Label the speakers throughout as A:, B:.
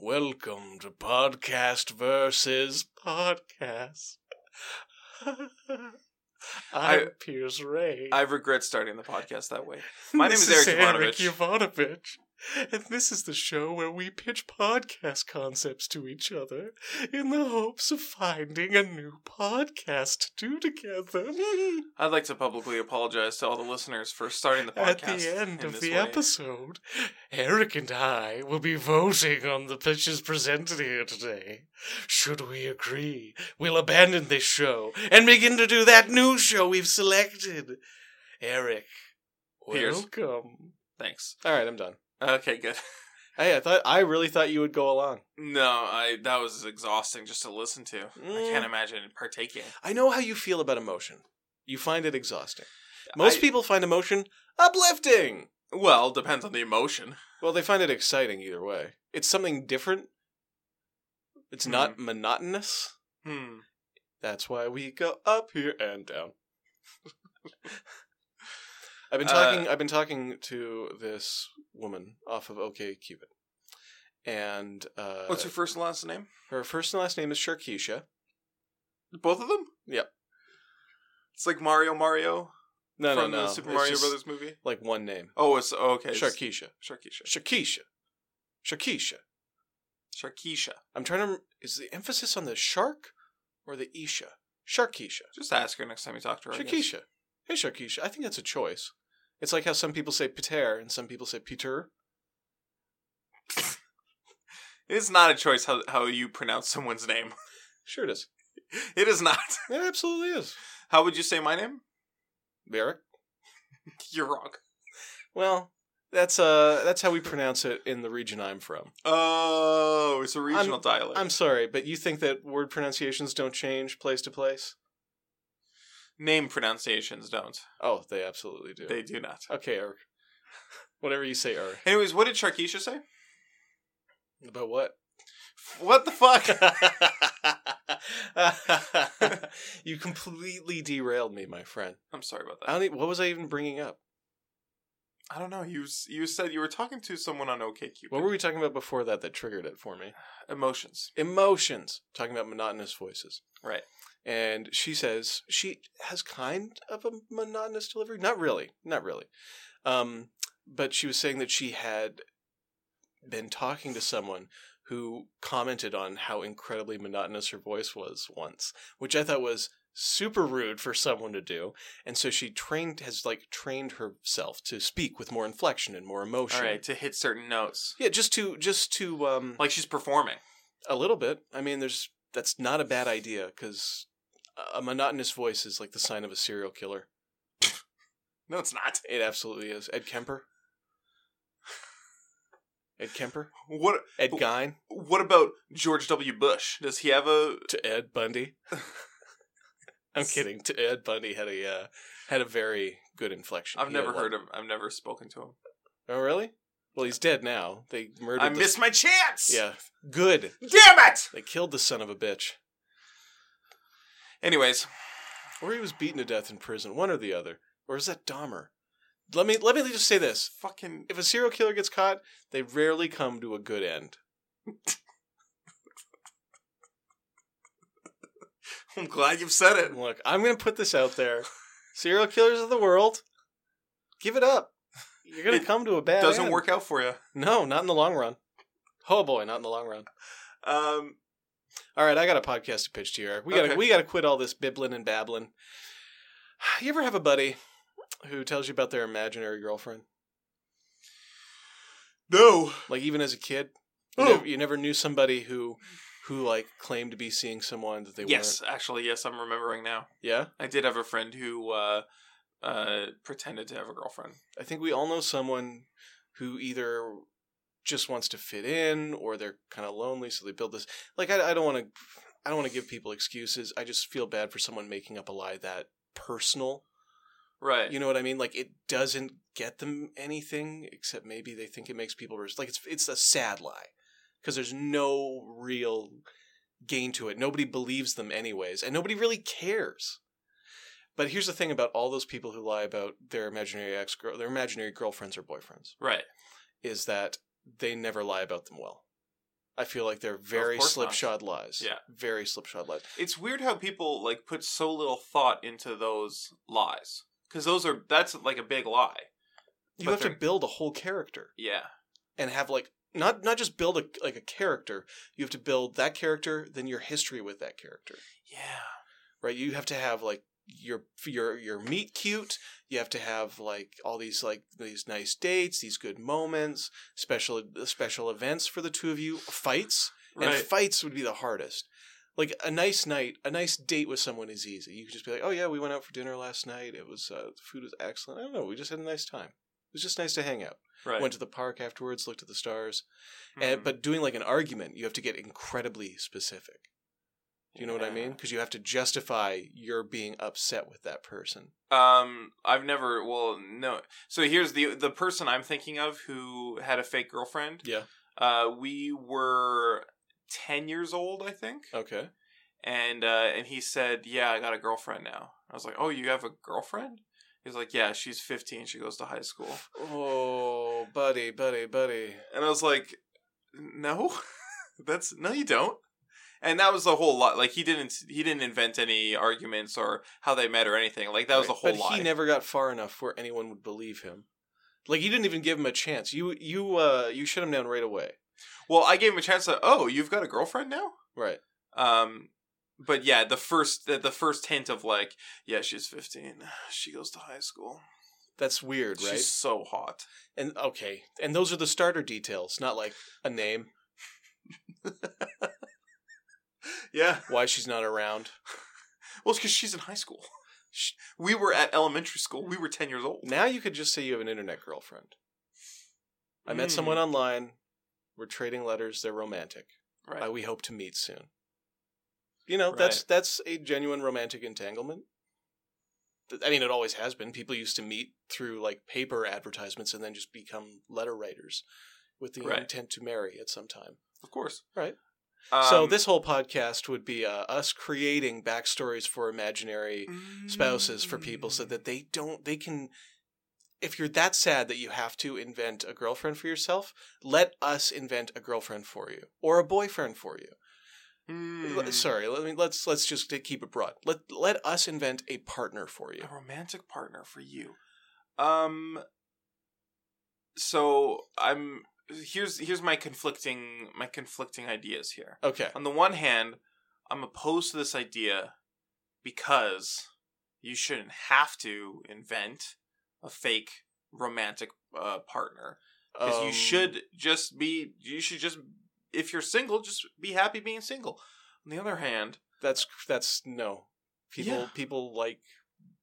A: Welcome to Podcast versus Podcast. I'm
B: I-
A: Piers Ray.
B: I regret starting the podcast that way. My name
A: This
B: is Eric
A: Eric
B: Ivanovich.
A: Ivanovich, and this is the show where we pitch podcast concepts to each other in the hopes of finding a new podcast to do together.
B: I'd like to publicly apologize to all the listeners for starting the podcast.
A: At the end
B: in
A: of
B: this
A: the
B: way.
A: episode, Eric and I will be voting on the pitches presented here today. Should we agree, we'll abandon this show and begin to do that new show we've selected. Eric,
B: Piers.
A: welcome.
B: Thanks.
C: All right, I'm done.
B: Okay, good.
C: Hey, I thought I really thought you would go along.
B: No, I that was exhausting just to listen to. I can't imagine partaking.
C: I know how you feel about emotion. You find it exhausting. Most
B: I-
C: people find emotion uplifting.
B: Well, depends on the emotion.
C: Well, they find it exciting either way. It's something different. It's not monotonous.
B: Hmm.
C: That's why we go up here and down. I've been talking. I've been talking to this woman off of OK Cupid, and uh,
B: What's your first and last name?
C: her first and last name is Sharkeisha.
B: Both of them?
C: Yep.
B: It's like Mario Mario
C: No,
B: from
C: no, no.
B: the Super
C: It's
B: Mario
C: just
B: Brothers movie.
C: Like one name.
B: Oh, it's oh, okay. it's-
C: Sharkeisha.
B: Sharkeisha.
C: Sharkeisha. Sharkeisha.
B: Sharkeisha.
C: I'm trying to. rem- Is the emphasis on the shark or the Isha? Sharkeisha.
B: Just ask her next time you talk to her. I guess.
C: Sharkeisha. Hey, Sharkeisha. I think that's a choice. It's like how some people say Peter and some people say Peter.
B: It's not a choice how how you pronounce someone's name.
C: Sure, it is.
B: It is not.
C: It absolutely is.
B: How would you say my name?
C: Eric.
B: You're wrong.
C: Well, that's uh, that's how we pronounce it in the region I'm from.
B: Oh, it's a regional dialect.
C: I'm sorry, but you think that word pronunciations don't change place to place?
B: Name pronunciations don't.
C: Oh, they absolutely do.
B: They do not.
C: Okay, Eric. Whatever you say, Eric.
B: Anyways, what did Sharkeisha say?
C: About what?
B: What the fuck?
C: you completely derailed me, my friend.
B: I'm sorry about
C: I
B: that.
C: don't. Even, what was I even bringing up?
B: I don't know. You s- you said you were talking to someone on OKCupid.
C: What were we talking about before that that triggered it for me?
B: Emotions.
C: Emotions. Talking about monotonous voices.
B: Right.
C: And she says she has kind of a monotonous delivery. Not really. Not really. Um, but she was saying that she had been talking to someone who commented on how incredibly monotonous her voice was once, which I thought was super rude for someone to do. And so she trained has like trained herself to speak with more inflection and more
B: All
C: emotion.
B: right, to hit certain notes.
C: Yeah, just to just to um
B: Like she's performing.
C: a little bit. I mean, there's that's not a bad idea because a monotonous voice is like the sign of a serial killer.
B: No, it's not.
C: It absolutely is. Ed Kemper. Ed Kemper.
B: What
C: Ed Gein
B: what about George W. Bush? Does he have a
C: to Ed Bundy. I'm kidding. To Ed Bundy had a uh, had a very good inflection.
B: I've never heard of him. I've never spoken to him.
C: Oh, really? Well, he's dead now. They murdered.
B: I
C: the-
B: missed my chance.
C: Yeah, good.
B: Damn it.
C: They killed the son of a bitch,
B: Anyways,
C: or he was beaten to death in prison. One or the other. Or is that Dahmer? Let me let me just say this.
B: fucking
C: if a serial killer gets caught, they rarely come to a good end.
B: I'm glad you've said it.
C: Look, I'm going to put this out there. Serial killers of the world, give it up. You're going
B: It
C: to come to a bad
B: Doesn't
C: end.
B: work out for you.
C: No, not in the long run. Oh boy, not in the long run.
B: Um,
C: All right, I got a podcast to pitch to you. Eric. We got
B: Okay.
C: to we got to quit all this bibbling and babbling. You ever have a buddy who tells you about their imaginary girlfriend?
B: no.
C: Like even as a kid, you,
B: Oh.
C: never, you never knew somebody who who like claimed to be seeing someone that they
B: Yes,
C: weren't.
B: actually, yes, I'm remembering now.
C: Yeah.
B: I did have a friend who uh, uh, pretended to have a girlfriend.
C: I think we all know someone who either just wants to fit in or they're kind of lonely, so they build this. Like I, I don't want to, I don't want to give people excuses. I just feel bad for someone making up a lie that personal.
B: Right.
C: You know what I mean? Like it doesn't get them anything except maybe they think it makes people res- like it's it's a sad lie because there's no real gain to it. Nobody believes them anyways, and nobody really cares. But here's the thing about all those people who lie about their imaginary ex girl, their imaginary girlfriends or boyfriends,
B: right.
C: is that they never lie about them well. I feel like they're very
B: course not.
C: slipshod lies.
B: Yeah.
C: Very slipshod lies.
B: It's weird how people like put so little thought into those lies because those are that's like a big lie.
C: You
B: But
C: have to
B: they're-
C: build a whole character
B: Yeah,
C: and have like not not just build a like a character. You have to build that character, then your history with that character.
B: yeah.
C: right? You have to have like your your your meet cute. You have to have like all these like these nice dates, these good moments, special special events for the two of you, fights, and
B: Right.
C: fights would be the hardest. Like a nice night, a nice date with someone is easy. You can just be like, "Oh yeah, we went out for dinner last night. It was uh, the food was excellent. I don't know, we just had a nice time. It was just nice to hang out.
B: Right.
C: Went to the park afterwards, looked at the stars.
B: Mhm.
C: And, eh, but doing like an argument, you have to get incredibly specific. Do you know what I
B: Yeah.
C: mean? Because you have to justify your being upset with that person.
B: Um, I've never. Well, no. So here's the the person I'm thinking of who had a fake girlfriend.
C: Yeah.
B: Uh, we were ten years old, I think,
C: Okay.
B: and uh, and he said, "Yeah, I got a girlfriend now." I was like, "Oh, you have a girlfriend?" He's like, "Yeah, she's 15. She goes to high school."
C: Oh, buddy, buddy, buddy.
B: And I was like, "No, that's no, you don't." And that was the whole lot. Like he didn't he didn't invent any arguments or how they met or anything. Like that was the whole
C: But
B: lie.
C: he never got far enough where anyone would believe him. Like you didn't even give him a chance. You you uh you shut him down right away.
B: well, I gave him a chance to. Oh, you've got a girlfriend now.
C: Right.
B: Um, but yeah, the first the, the first hint of like, yeah, she's fifteen. She goes to high school.
C: That's weird, right?
B: She's so hot.
C: And okay. And those are the starter details, not like a name,
B: Yeah.
C: why she's not around.
B: Well, it's because she's in high school. Sh- We were at elementary school. We were ten years old.
C: Now you could just say you have an internet girlfriend. I met
B: Mm,
C: someone online. We're trading letters. They're romantic.
B: Right.
C: Uh, we hope to meet soon. You know, that's
B: Right.
C: that's a genuine romantic entanglement. Th- I mean, it always has been. People used to meet through like paper advertisements and then just become letter writers with the
B: Right.
C: intent to marry at some time.
B: of course.
C: Right.
B: Um,
C: so this whole podcast would be uh, us creating backstories for imaginary
B: mm,
C: spouses for people so that they don't they can if you're that sad that you have to invent a girlfriend for yourself, let us invent a girlfriend for you or a boyfriend for you.
B: Mm.
C: L- Sorry, let me let's let's just t- keep it broad. Let let us invent a partner for you.
B: a romantic partner for you. Um. So I'm here's here's my conflicting my conflicting ideas here.
C: Okay.
B: on the one hand, I'm opposed to this idea because you shouldn't have to invent a fake romantic uh, partner. Because you
C: um,
B: should just be, you should just, if you're single, just be happy being single. On the other hand,
C: That's that's no. People
B: Yeah.
C: people like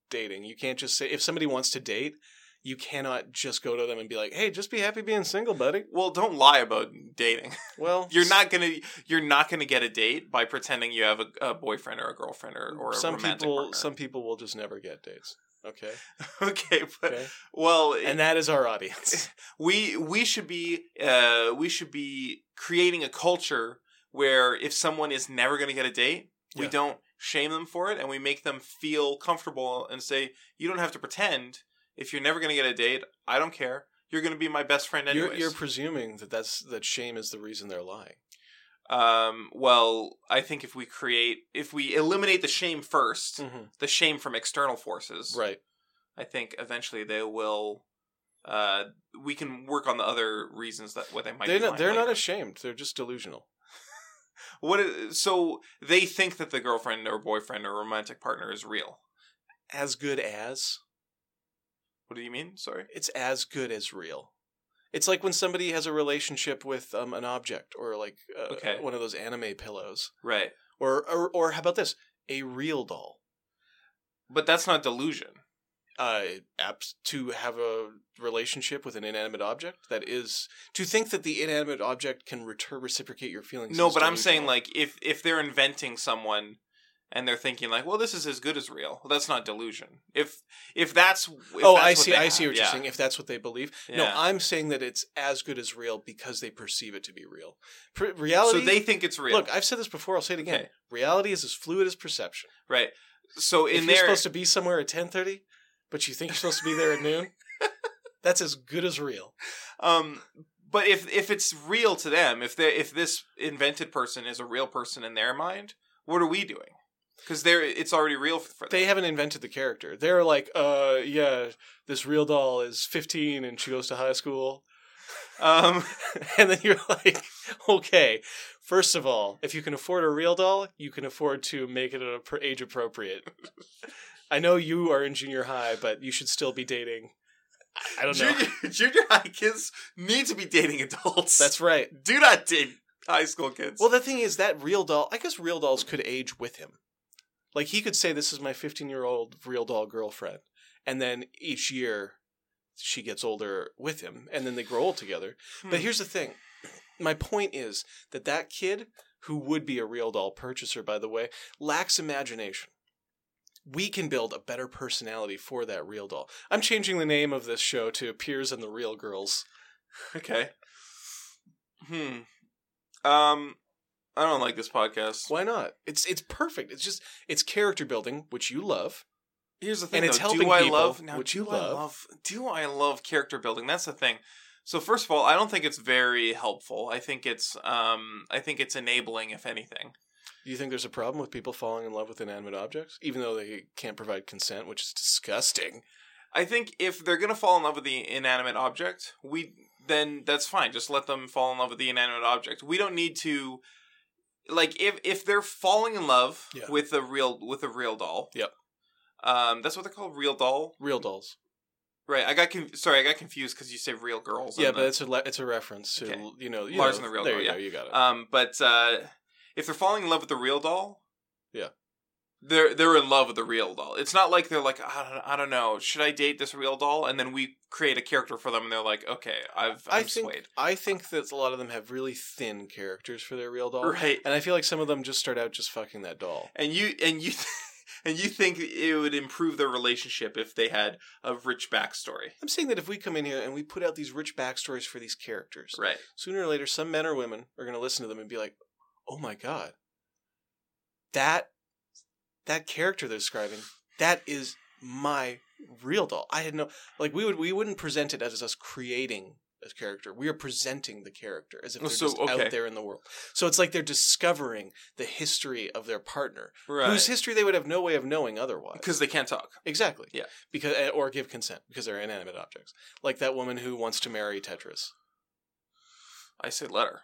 C: dating. You can't just say if somebody wants to date, you cannot just go to them and be like, "Hey, just be happy being single, buddy."
B: well, don't lie about dating.
C: Well,
B: You're not gonna, you're not gonna get a date by pretending you have a, a boyfriend or a girlfriend or, or a
C: some
B: romantic
C: people
B: partner.
C: some people will just never get dates. Okay.
B: okay, but
C: Okay.
B: well,
C: and that is our audience.
B: we we should be uh we should be creating a culture where if someone is never going to get a date we
C: Yeah.
B: don't shame them for it and we make them feel comfortable and say you don't have to pretend if you're never going to get a date i don't care you're going to be my best friend
C: You're,
B: anyways
C: you're presuming that that's that shame is the reason they're lying.
B: um well i think if we create if we eliminate the shame 1st the shame from external forces
C: Mm. Right.
B: i think eventually they will uh we can work on the other reasons that what they might
C: They're
B: be
C: not,
B: lying
C: they're not
B: later.
C: ashamed. They're just delusional.
B: What? Is, so they think that the girlfriend or boyfriend or romantic partner is real.
C: As good as
B: What do you mean? Sorry.
C: it's as good as real. It's like when somebody has a relationship with um, an object or like uh,
B: Okay.
C: one of those anime pillows
B: Right.
C: or, or or how about this a real doll.
B: But that's not delusion.
C: Uh, apps to have a relationship with an inanimate object that is to think that the inanimate object can retur- reciprocate your feelings.
B: no,
C: is
B: but I'm saying
C: delusional.
B: like if if they're inventing someone and they're thinking like, well, this is as good as real. Well, that's not delusion. If if that's if
C: oh,
B: that's
C: I
B: what
C: see.
B: they
C: I see
B: have,
C: what you're
B: yeah.
C: saying. If that's what they believe, no,
B: Yeah.
C: I'm saying that it's as good as real because they perceive it to be real. Pr- reality.
B: So they think it's real.
C: look. I've said this before. I'll say it again.
B: Okay.
C: Reality is as fluid as perception.
B: right. So
C: If
B: in
C: you're
B: there,
C: supposed to be somewhere at 10:30, but you think you're supposed to be there at noon, that's as good as real.
B: um, But if if it's real to them, if they if this invented person is a real person in their mind, what are we doing? Because they're it's already real for, for them.
C: They haven't invented the character. They're like, uh, yeah, this real doll is 15 and she goes to high school.
B: um,
C: And then you're like, okay, first of all, if you can afford a real doll, you can afford to make it a- age appropriate. I know you are in junior high, but you should still be dating. I- I don't know.
B: junior, junior high kids need to be dating adults.
C: That's right.
B: do not date high school kids.
C: Well, the thing is that real doll. I guess real dolls could age with him. Like he could say, "This is my 15 year old real doll girlfriend," and then each year she gets older with him, and then they grow old together. But
B: Hmm.
C: here's the thing. My point is that that kid who would be a real doll purchaser, by the way, lacks imagination. We can build a better personality for that real doll. I'm changing the name of this show to Piers and the Real Girls.
B: okay. Hmm. Um, I don't like this podcast.
C: Why not? It's it's perfect. It's just it's character building, which you love.
B: Here's the thing,
C: And it's
B: though.
C: helping
B: do I
C: people,
B: love now?
C: which
B: do
C: you
B: I
C: love.
B: love? Do I love character building? That's the thing. So first of all, I don't think it's very helpful. I think it's um, I think it's enabling, if anything.
C: Do you think there's a problem with people falling in love with inanimate objects, even though they can't provide consent, which is disgusting?
B: I think if they're gonna fall in love with the inanimate object, we then that's fine. Just let them fall in love with the inanimate object. We don't need to like if if they're falling in love
C: Yeah.
B: with a real with a real doll.
C: Yep.
B: Um, that's what they're called, real doll.
C: Real dolls.
B: Right. I got con- sorry, I got confused because you say real girls.
C: yeah,
B: and
C: but
B: the-
C: it's a le- it's a reference to
B: Okay.
C: you know you
B: Lars
C: know,
B: and the Real
C: there
B: Girl,
C: you
B: yeah.
C: go, you got it.
B: Um, but uh, if they're falling in love with the real doll,
C: Yeah.
B: they're they're in love with the real doll. It's not like they're like I don't I don't know should I date this real doll and then we create a character for them and they're like okay I've
C: I
B: I'm
C: think
B: swayed
C: I think that a lot of them have really thin characters for their real doll,
B: right
C: and I feel like some of them just start out just fucking that doll.
B: and you and you and you think it would improve their relationship if they had a rich backstory
C: I'm saying that if we come in here and we put out these rich backstories for these characters,
B: right
C: sooner or later, some men or women are going to listen to them and be like, "Oh my god, that that character they're describing, that is my real doll." I had no like we would we wouldn't present it as us creating a character. We are presenting the character as if they're
B: Oh, So,
C: just
B: okay.
C: out there in the world. So it's like they're discovering the history of their partner, whose
B: right
C: history they would have no way of knowing otherwise.
B: because they can't talk
C: Exactly.
B: Yeah.
C: Because eh, or give consent because they're inanimate objects, like that woman who wants to marry Tetris.
B: I say letter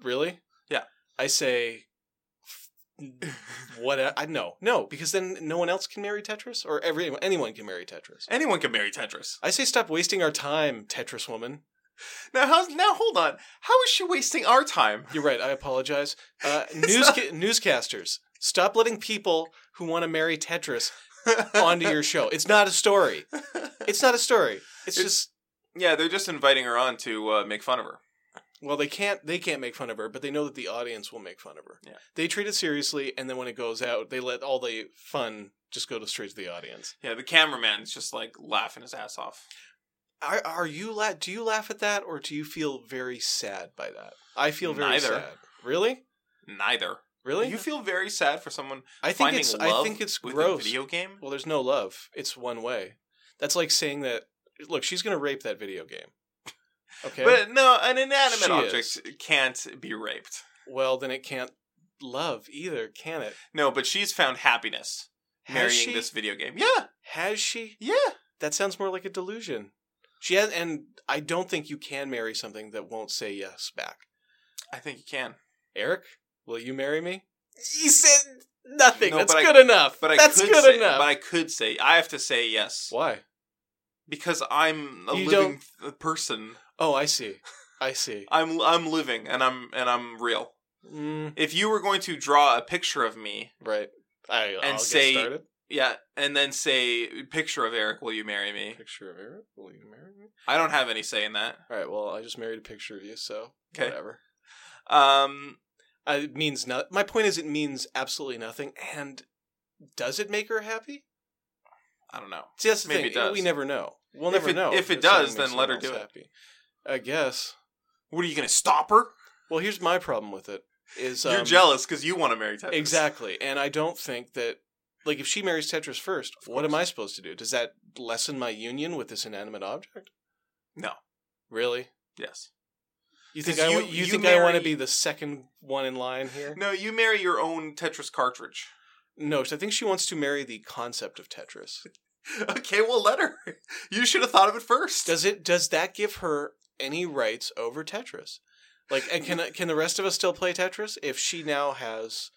C: Really?
B: Yeah.
C: I say, what? e, I no, no, because then no one else can marry Tetris, or every anyone can marry Tetris.
B: anyone can marry Tetris
C: I say, stop wasting our time, Tetris woman.
B: now how's now hold on how is she wasting our time
C: You're right. I apologize. Uh,
B: It's
C: news newscasters, stop letting people who want to marry Tetris onto your show. It's not a story. It's not a story. It's,
B: It's-
C: just
B: Yeah, they're just inviting her on to uh, make fun of her.
C: well, they can't they can't make fun of her, but they know that the audience will make fun of her.
B: Yeah.
C: They treat it seriously, and then when it goes out, they let all the fun just go to straight to the audience.
B: Yeah, the cameraman's just like laughing his ass off.
C: Are, are you la- do you laugh at that or do you feel very sad by that? I feel very
B: Neither.
C: sad. Really?
B: Neither.
C: Really?
B: You feel very sad for someone
C: I think
B: finding
C: it's
B: love
C: I think it's
B: with a
C: gross.
B: video game.
C: Well, there's no love. It's one way. That's like saying that look, she's going to rape that video game. Okay.
B: But no, an
C: She
B: inanimate object
C: is.
B: can't be raped.
C: well, then it can't love either, can it?
B: No, but she's found happiness
C: Has
B: marrying
C: she?
B: this video game. Yeah,
C: Has she?
B: yeah.
C: That sounds more like a delusion. She has and I don't think you can marry something that won't say yes back.
B: I think you can.
C: Eric, will you marry me? He said nothing.
B: No,
C: That's
B: but I-
C: good enough.
B: But I
C: That's
B: could
C: good
B: say,
C: enough.
B: But I could say I have to say yes
C: Why?
B: because I'm a
C: You
B: living th- person.
C: Oh, I see. I see.
B: I'm I'm living and I'm and I'm real.
C: Mm,
B: If you were going to draw a picture of me,
C: right. I,
B: And
C: I'll get
B: say-
C: started.
B: Yeah, and then say picture of Eric. Will you marry me?
C: Picture of Eric. Will you marry me?
B: I don't have any say in that.
C: All right. Well, I just married a picture of you, so
B: 'Kay.
C: whatever.
B: Um,
C: Uh, it means not. My point is, it means absolutely nothing. And does it make her happy?
B: I don't know.
C: See, that's the
B: Maybe
C: thing.
B: it does.
C: We never know. We'll
B: If
C: never
B: it-
C: know.
B: if it
C: something
B: does, then
C: makes
B: let
C: someone
B: her do
C: else
B: it.
C: Happy. I guess.
B: What are you gonna stop her?
C: Well, here's my problem with it. Is
B: You're
C: um,
B: jealous because you want to marry Tetris.
C: Exactly. And I don't think that like if she marries Tetris first, what am I supposed to do? Does that lessen my union with this inanimate object?
B: No.
C: Really?
B: Yes.
C: You think
B: 'Cause
C: I
B: you-
C: wa- you,
B: you
C: think I want to
B: marry-
C: be the second one in line here?
B: No, you marry your own Tetris cartridge.
C: No, so I think she wants to marry the concept of Tetris.
B: okay, well, let her. You should have thought of it first.
C: Does it? Does that give her any rights over Tetris? Like, and can can the rest of us still play Tetris if she now has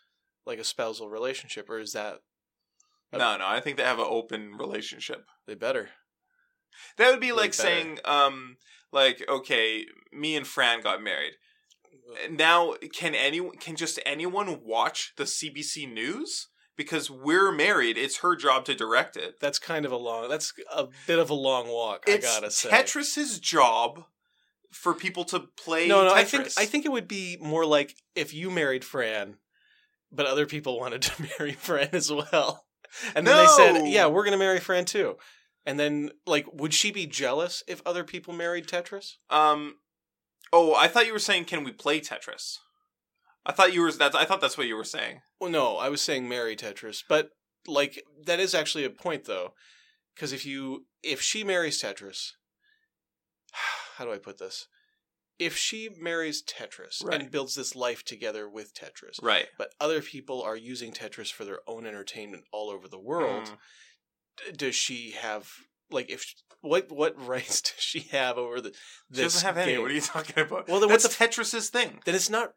C: like a spousal relationship, or is that
B: no, no, I think they have an open relationship.
C: they better?
B: That would be
C: Way
B: like
C: better.
B: saying, um, like, okay, me and Fran got married. Now, can anyone can just anyone watch the CBC news because we're married? It's her job to direct it.
C: That's kind of a long. That's a bit of a long walk.
B: It's
C: I gotta say.
B: Tetris's job for people to play.
C: No, no.
B: Tetris.
C: I think I think it would be more like if you married Fran, but other people wanted to marry Fran as well, and then they
B: No!
C: said, "Yeah, we're gonna marry Fran too." And then, like, would she be jealous if other people married Tetris?
B: Um, oh, I thought you were saying, can we play Tetris? I thought you were. That's, I thought that's what you were saying.
C: Well, no, I was saying marry Tetris, but like that is actually a point though, because if you if she marries Tetris, how do I put this? If she marries Tetris
B: Right.
C: and builds this life together with Tetris,
B: Right.
C: but other people are using Tetris for their own entertainment all over the world,
B: Mm.
C: d- does she have like if what what rights does she have over the this
B: She doesn't have any.
C: game?
B: What are you talking about?
C: Well,
B: Well,
C: then
B: that's
C: what's
B: what's Tetris's thing.
C: Then it's not.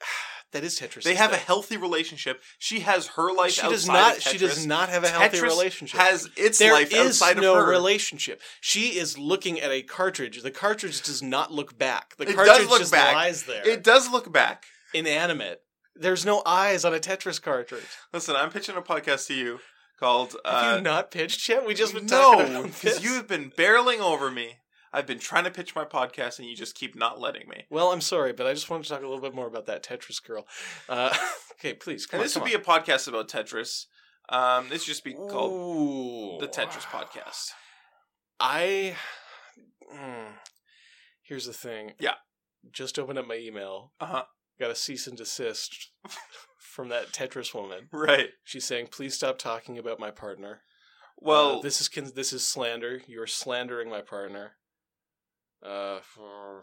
C: That is Tetris.
B: They have a healthy relationship. She has her life
C: she
B: outside
C: does not.
B: of Tetris.
C: She does not have a healthy
B: Tetris
C: relationship.
B: Has its
C: There
B: life
C: is
B: outside
C: no
B: of her.
C: relationship. She is looking at a cartridge. The cartridge does not look back. The
B: It does
C: cartridge
B: look
C: just
B: back.
C: lies there,
B: it does look back.
C: inanimate. There's no eyes on a Tetris cartridge.
B: Listen, I'm pitching a podcast to you called.
C: Have
B: Uh,
C: you not pitched yet? We just been talking
B: no,
C: about
B: because
C: this.
B: you have been barreling over me. I've been trying to pitch my podcast, and you just keep not letting me.
C: Well, I'm sorry, but I just wanted to talk a little bit more about that Tetris girl. Uh, okay, please. Come
B: and
C: on,
B: this
C: come
B: would be a podcast about Tetris. Um, this should just be called
C: called
B: the Tetris Podcast.
C: I. mm. here's the thing.
B: Yeah.
C: Just opened up my email.
B: Uh-huh.
C: Got a cease and desist from that Tetris woman.
B: Right.
C: She's saying, "Please stop talking about my partner."
B: Well,
C: Uh, this is con- this is slander. You are slandering my partner. Uh, for, oh,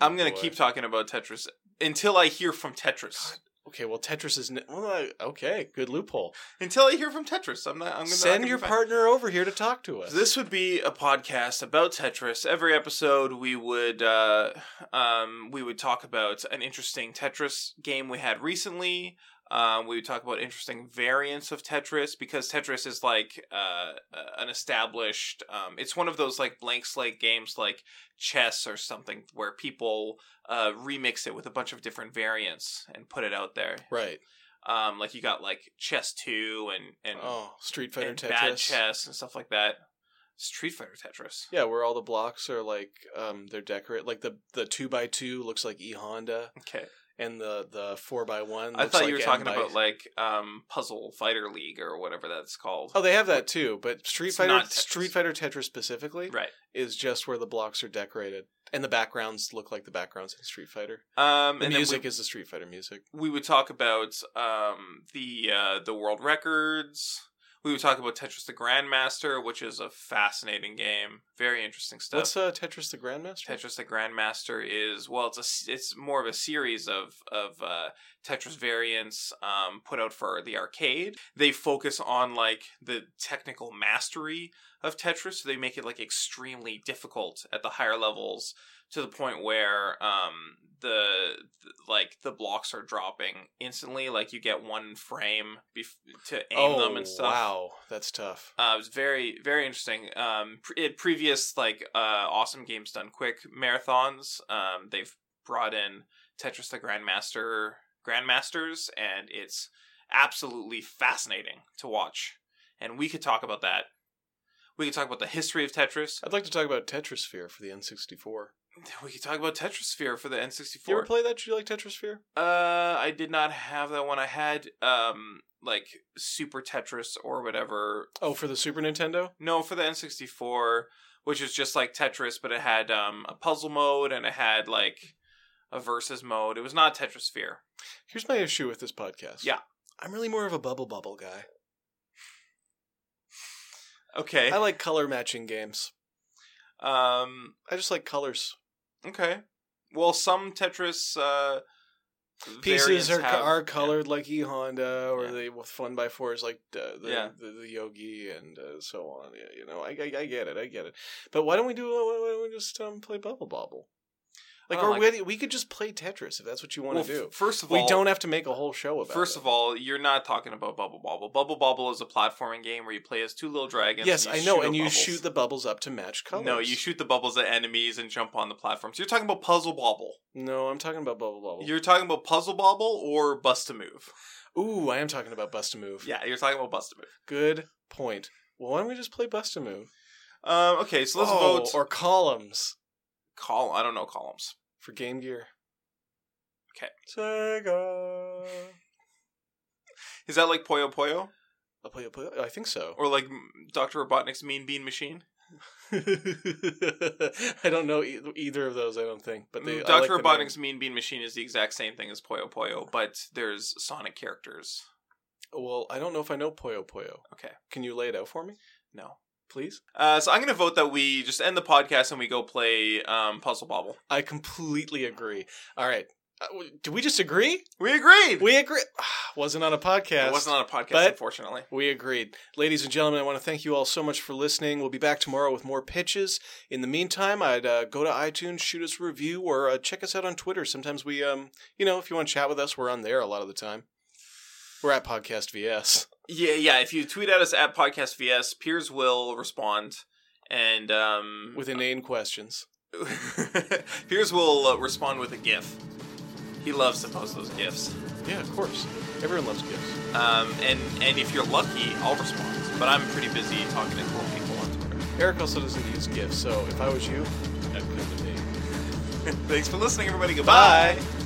B: I'm gonna
C: Boy.
B: keep talking about Tetris until I hear from Tetris.
C: Okay, well, Tetris is n- well, I- okay. Good loophole.
B: Until I hear from Tetris, I'm not. I'm gonna
C: Send your
B: partner.
C: partner over here to talk to us.
B: This would be a podcast about Tetris. Every episode, we would uh, um, we would talk about an interesting Tetris game we had recently. Um, we would talk about interesting variants of Tetris because Tetris is like uh, an established. Um, it's one of those like blank slate games, like chess or something, where people uh, remix it with a bunch of different variants and put it out there.
C: right.
B: Um, like you got like chess two and and
C: Oh, Street Fighter
B: and
C: Tetris.
B: bad chess and stuff like that. Street Fighter Tetris.
C: Yeah, where all the blocks are like um they're decorate like the the two by two looks like E Honda
B: Okay,
C: and the the four by one.
B: I
C: looks
B: thought
C: like
B: you were talking
C: M by-
B: about like um, Puzzle Fighter League or whatever that's called.
C: Oh, they have that too, but Street
B: It's
C: Fighter
B: not Tetris.
C: Street Fighter Tetris specifically
B: Right.
C: is just where the blocks are decorated and the backgrounds look like the backgrounds in Street Fighter.
B: Um,
C: The
B: and
C: music
B: then
C: is the Street Fighter music.
B: we, we would talk about um, the uh, the world records. We would talk about Tetris the Grandmaster, which is a fascinating game. Very interesting stuff.
C: What's uh, Tetris the Grandmaster?
B: Tetris the Grandmaster is well, it's a s- it's more of a series of of uh, Tetris variants um, put out for the arcade. They focus on like the technical mastery of Tetris, so they make it like extremely difficult at the higher levels to the point where um, the th- like the blocks are dropping instantly. Like you get one frame bef- to aim
C: oh,
B: them and stuff.
C: wow, that's tough.
B: Uh, it was very, very interesting. Um, pre- in previous like uh, awesome games done quick marathons. Um, they've brought in Tetris the Grandmaster, Grandmasters, and it's absolutely fascinating to watch. And we could talk about that. We could talk about the history of Tetris.
C: I'd like to talk about Tetrisphere for the N64.
B: We could talk about Tetrisphere for the N sixty
C: You ever
B: four.
C: play that? Did you like Tetrisphere?
B: Uh, I did not have that one. I had um like Super Tetris or whatever
C: Oh, for the Super Nintendo?
B: No, for the N64, which is just like Tetris, but it had um, a puzzle mode and it had like a versus mode. It was not Tetrisphere.
C: Here's my issue with this podcast.
B: Yeah.
C: I'm really more of a bubble bubble guy.
B: Okay.
C: I like color matching games.
B: Um.
C: I just like colors.
B: Okay. Well, some Tetris uh,
C: Pieces
B: variants
C: are,
B: have-
C: are colored like E Honda, or
B: Yeah.
C: they with Fun by Fours like uh, the,
B: Yeah.
C: the the Yogi and uh, so on. Yeah, you know, I, I I get it, I get it. But why don't we do? Why don't we just um, play Bubble Bobble? Like,
B: I don't
C: or
B: like-
C: we we could just play Tetris if that's what you
B: yeah.
C: want
B: Well,
C: to
B: f-
C: do.
B: First of all,
C: We don't have to make a whole show about.
B: First
C: it.
B: of all, you're not talking about Bubble Bobble. Bubble Bobble is a platforming game where you play as two little dragons.
C: yes,
B: and you
C: I know,
B: shoot
C: and
B: out
C: you
B: bubbles.
C: shoot the bubbles up to match colors.
B: No, you shoot the bubbles at enemies and jump on the platforms. You're talking about Puzzle Bobble.
C: No, I'm talking about Bubble Bobble.
B: You're talking about Puzzle Bobble or Bust a Move.
C: Ooh, I am talking about Bust a Move.
B: Yeah, you're talking about Bust a Move.
C: Good point. Well, why don't we just play Bust a Move?
B: Um, okay, so let's
C: Oh,
B: vote.
C: or columns
B: Col- I don't know columns.
C: for Game Gear.
B: Okay.
C: Sega.
B: Is that like Poyo Poyo
C: i play, I'll play, I think so.
B: or like mm, Dr. Robotnik's Mean Bean Machine?
C: I don't know e- either of those. I don't think, but they.
B: Mm,
C: I like the
B: Dr.
C: name.
B: Robotnik's Mean Bean Machine is the exact same thing as Poyo Poyo, but there's Sonic characters.
C: Well, I don't know if I know Poyo Poyo.
B: Okay.
C: Can you lay it out for me,
B: No.
C: please?
B: Uh, so I'm gonna vote that we just end the podcast and we go play um, Puzzle Bobble.
C: I completely agree. All right. Uh, w- do we just agree?
B: We agreed.
C: We agree. Wasn't on a podcast.
B: It wasn't on a podcast,
C: But-
B: unfortunately.
C: We agreed. Ladies and gentlemen, I want to thank you all so much for listening. We'll be back tomorrow with more pitches. In the meantime, I'd uh, go to iTunes, shoot us a review, or uh, check us out on Twitter. Sometimes we, um, you know, if you want to chat with us, we're on there a lot of the time. We're at Podcast VS.
B: Yeah, yeah. If you tweet at us at Podcast VS, Piers will respond, and um,
C: with inane questions.
B: Piers will uh, respond with a GIF. He loves to post those GIFs.
C: Yeah, of course. Everyone loves gifts.
B: Um, and and if you're lucky, I'll respond. But I'm pretty busy talking to cool people on Twitter.
C: Eric also doesn't use gifts, so if I was you, I'd come to me.
B: Thanks for listening, everybody. Goodbye.
C: Bye.